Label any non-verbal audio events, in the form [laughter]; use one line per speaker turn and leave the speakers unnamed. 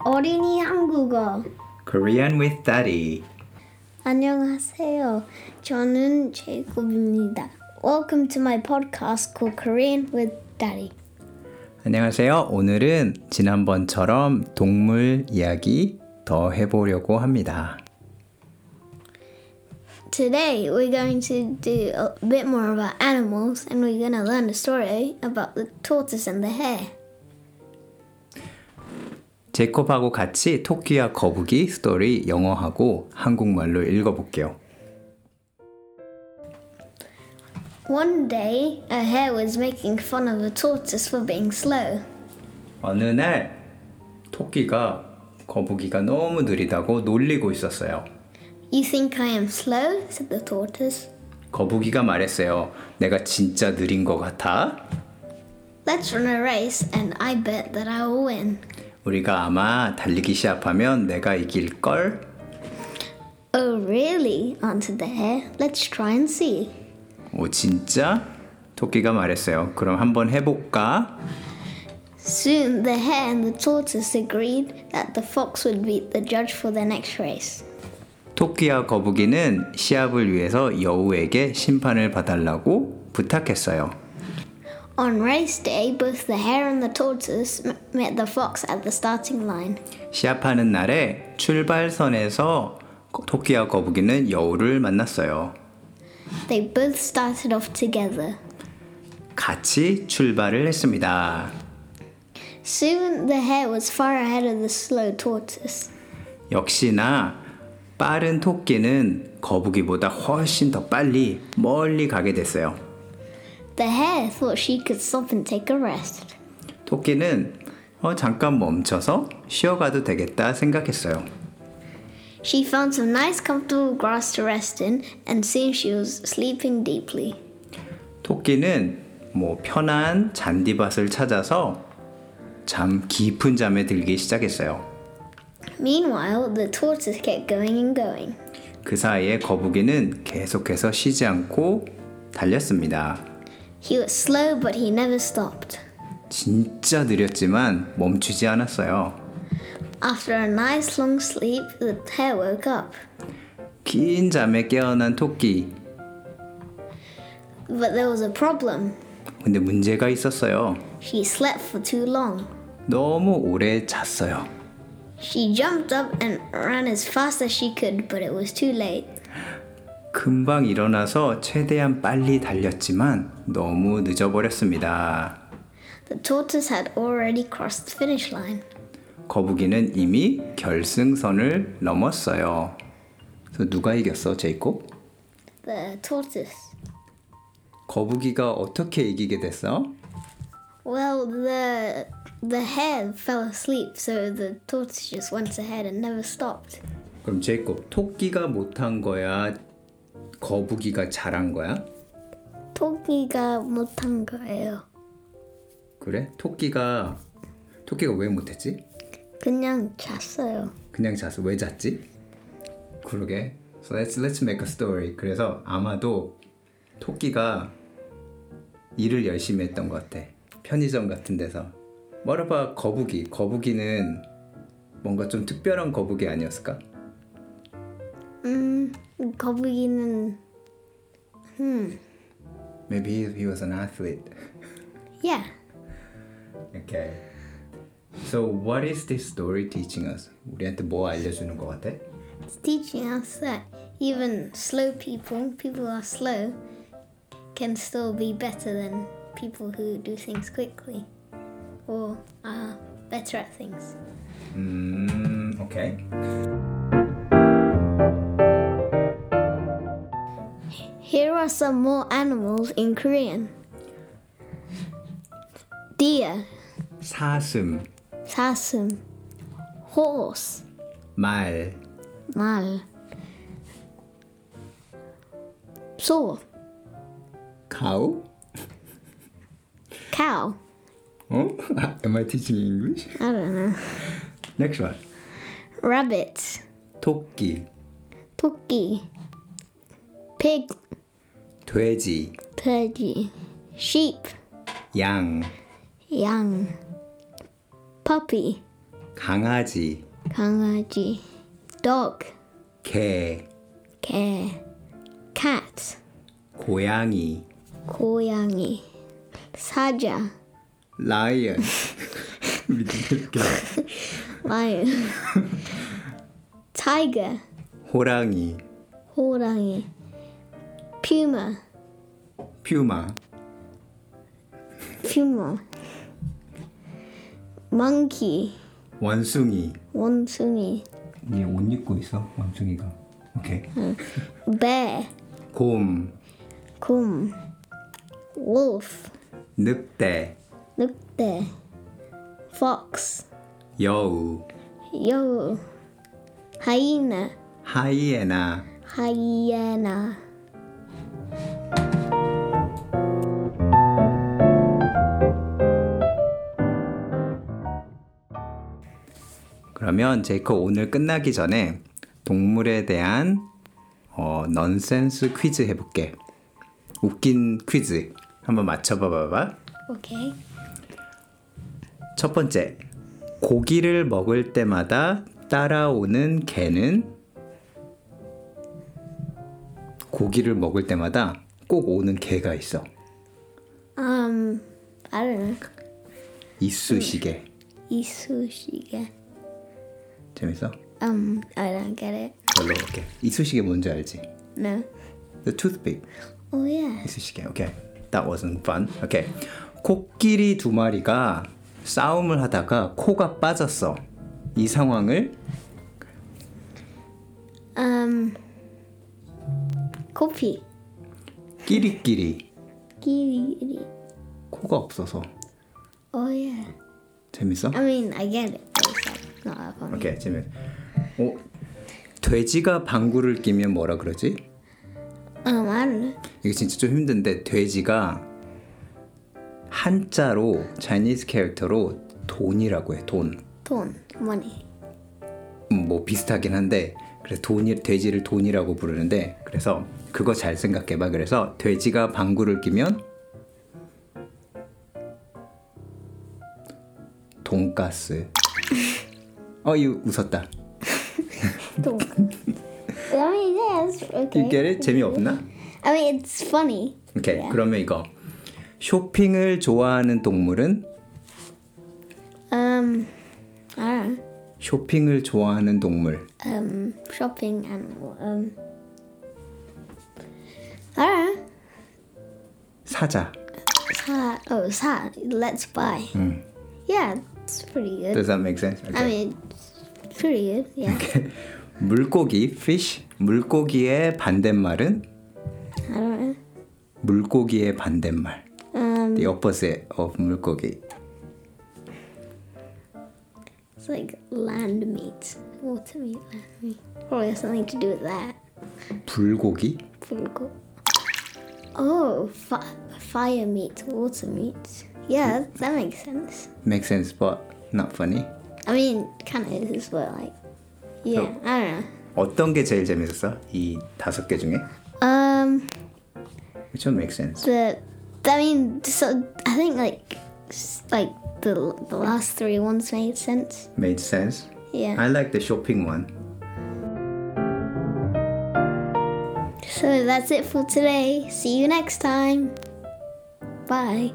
어린이 한국어.
Korean with Daddy.
안녕하세요. 저는 제이콥입니다. Welcome to my podcast called Korean with Daddy.
안녕하세요. 오늘은 지난번처럼 동물 이야기 더 해보려고 합니다.
Today we're going to do a bit more about animals and we're going to learn a story about the tortoise and the hare.
제콥하고 같이 토끼와 거북이 스토리 영어하고 한국말로 읽어볼게요.
One day a hare was making fun of a tortoise for being slow.
어느 날 토끼가 거북이가 너무 느리다고 놀리고 있었어요.
You think I am slow? said the tortoise.
거북이가 말했어요. 내가 진짜 느린 것 같아.
Let's run a race and I bet that I will win.
우리가 아마 달리기 시합하면 내가 이길 걸.
Oh, really? answered the hare. Let's try and see.
오 진짜? 토끼가 말했어요. 그럼 한번 해볼까?
Soon the hare and the tortoise agreed that the fox would beat the judge for their next race.
토끼와 거북이는 시합을 위해서 여우에게 심판을 봐달라고 부탁했어요.
On race day, both the hare and the tortoise m- met the fox at the starting line.
시합하는 날에 출발선에서 거- 토끼와 거북이는 여우를 만났어요.
They both started off together.
같이 출발을 했습니다.
Soon the hare was far ahead of the slow tortoise.
역시나 빠른 토끼는 거북이보다 훨씬 더 빨리 멀리 가게 됐어요.
The hare thought she could stop and take a rest.
토끼는 어, 잠깐 멈춰서 쉬어가도 되겠다 생각했어요.
She found some nice, comfortable grass to rest in, and soon she was sleeping deeply.
토끼는 뭐 편한 잔디밭을 찾아서 잠 깊은 잠에 들기 시작했어요.
Meanwhile, the tortoise kept going and going.
그 사이에 거북이는 계속해서 쉬지 않고 달렸습니다.
He was slow, but he never stopped.
진짜 느렸지만 멈추지 않았어요.
After a nice long sleep, the hare woke up.
긴 잠에 깨어난 토끼.
But there was a problem.
근데 문제가 있었어요.
She slept for too long.
너무 오래 잤어요.
She jumped up and ran as fast as she could, but it was too late.
금방 일어나서 최대한 빨리 달렸지만 너무 늦어버렸습니다.
The tortoise had already crossed the finish line.
거북이는 이미 결승선을 넘었어요. 그래서 누가 이겼어, 제이콥?
The tortoise.
거북이가 어떻게 이기게 됐어?
Well, the the hare fell asleep, so the tortoise just went ahead and never stopped.
그럼 제이콥, 토끼가 못한 거야? 거북이가 잘한 거야?
토끼가 못한 거예요.
그래? 토끼가 토끼가 왜 못했지?
그냥 잤어요.
그냥 잤어. 왜 잤지? 그러게. So let's let's make a story. 그래서 아마도 토끼가 일을 열심히 했던 것 같아. 편의점 같은 데서. 뭐라봐 거북이. 거북이는 뭔가 좀 특별한 거북이 아니었을까?
음, 거북이는
Maybe he, he was an athlete.
yeah.
Okay. So what is this story teaching us? 우리한테 뭐 알려주는 것 같아?
It's teaching us that even slow people, people who are slow, can still be better than people who do things quickly or are better at things.
음, okay.
Here are some more animals in Korean deer,
사슴,
사슴, horse,
말,
말, 소,
가우?
cow.
어? [laughs] Am I teaching English?
I don't know.
Next one.
Rabbit,
토끼,
토끼, pig,
돼지,
돼지, sheep,
양,
양, puppy,
강아지,
강아지, dog,
개,
개, cat,
고양이,
고양이, 사자,
라이언. [laughs] 미치겠게.
lion, tiger,
호랑이,
호랑이, puma,
퓨마,
puma, monkey,
원숭이.
원숭이,
얘 옷 입고 있어, 원숭이가. 오케이.
bear,
곰,
곰, wolf,
늑대,
늑대, fox,
여우,
여우, hyena,
하이에나.
hyena.
그러면 제이크 오늘 끝나기 전에 동물에 대한 어, 넌센스 퀴즈 해볼게. 웃긴 퀴즈 한번 맞춰봐봐봐.
오케이.
첫 번째 고기를 먹을 때마다 따라오는 개는 고기를 먹을 때마다 꼭 오는 개가 있어.
Um, I don't know.
이쑤시개.
이쑤시개.
재밌어?
Um, I don't get it.
별로 볼게. 이쑤시개 뭔지 알지?
No.
The toothpick.
Oh yeah.
이쑤시개. 오케이. That wasn't fun. 오케이. 코끼리 두 마리가 싸움을 하다가 코가 빠졌어. 이 상황을
Um, 코피.
끼리끼리
끼리.
코가 없어서
Oh yeah.
재밌어?
I mean, I get it. But it's like not that funny.
오케이 재밌어. 어 돼지가 방구를 끼면 뭐라 그러지?
Um, I don't know.
이게 진짜 좀 힘든데 돼지가 한자로 Chinese 캐릭터로 돈이라고 해. 돈.
돈, money.
음, 뭐 비슷하긴 한데 그래서 돈이 돼지를 돈이라고 부르는데 그래서 그거 잘 생각해봐 그래서 돼지가 방구를 끼면 돈가스 어이 웃었다
돈. I mean, yeah, it's okay.
이게 재미없나?
I mean, it's funny.
오케이 그러면 이거 쇼핑을 좋아하는 동물은
Um, I don't know.
쇼핑을 좋아하는 동물
Um, shopping animal. Um, ah, I don't know.
사자
Sad. Oh, sad. Let's buy. Yeah, it's pretty good.
Does that make sense?
I
오케이.
mean, it's pretty good. Yeah.
물고기 fish 물고기의 반대말은
I don't know.
물고기의 반대말.
Um,
The opposite of 물고기.
it's like land meat, water meat, land meat. Probably has something to do with that.
불고기?
Pretty cool. Oh, fi- fire meat, water meat. Yeah, that makes sense.
Makes sense, but not funny.
I mean, kind of is, but like, yeah, I don't know.
어떤 게 제일 재밌었어? 이 다섯 개 중에?
Um.
Which one makes sense?
the I mean, so I think like s- like the the last three ones made sense.
Made sense.
Yeah.
I like the shopping one.
so that's it for today. See you next time. Bye.